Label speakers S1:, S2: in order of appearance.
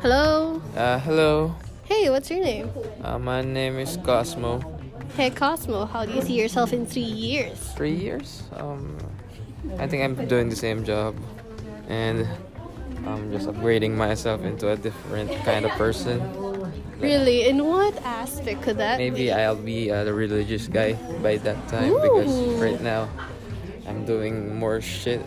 S1: Hello.
S2: Uh, hello,
S1: Hey, what's your name?
S2: uh, my name is Cosmo.
S1: Hey, Cosmo. How do you see yourself in three years?
S2: Three years? Um, I think I'm doing the same job and I'm just upgrading myself into a different kind of person.
S1: Really? In what aspect could that
S2: Maybe
S1: be?
S2: I'll be uh, the religious guy by that time because
S1: Ooh.
S2: right now I'm doing more shit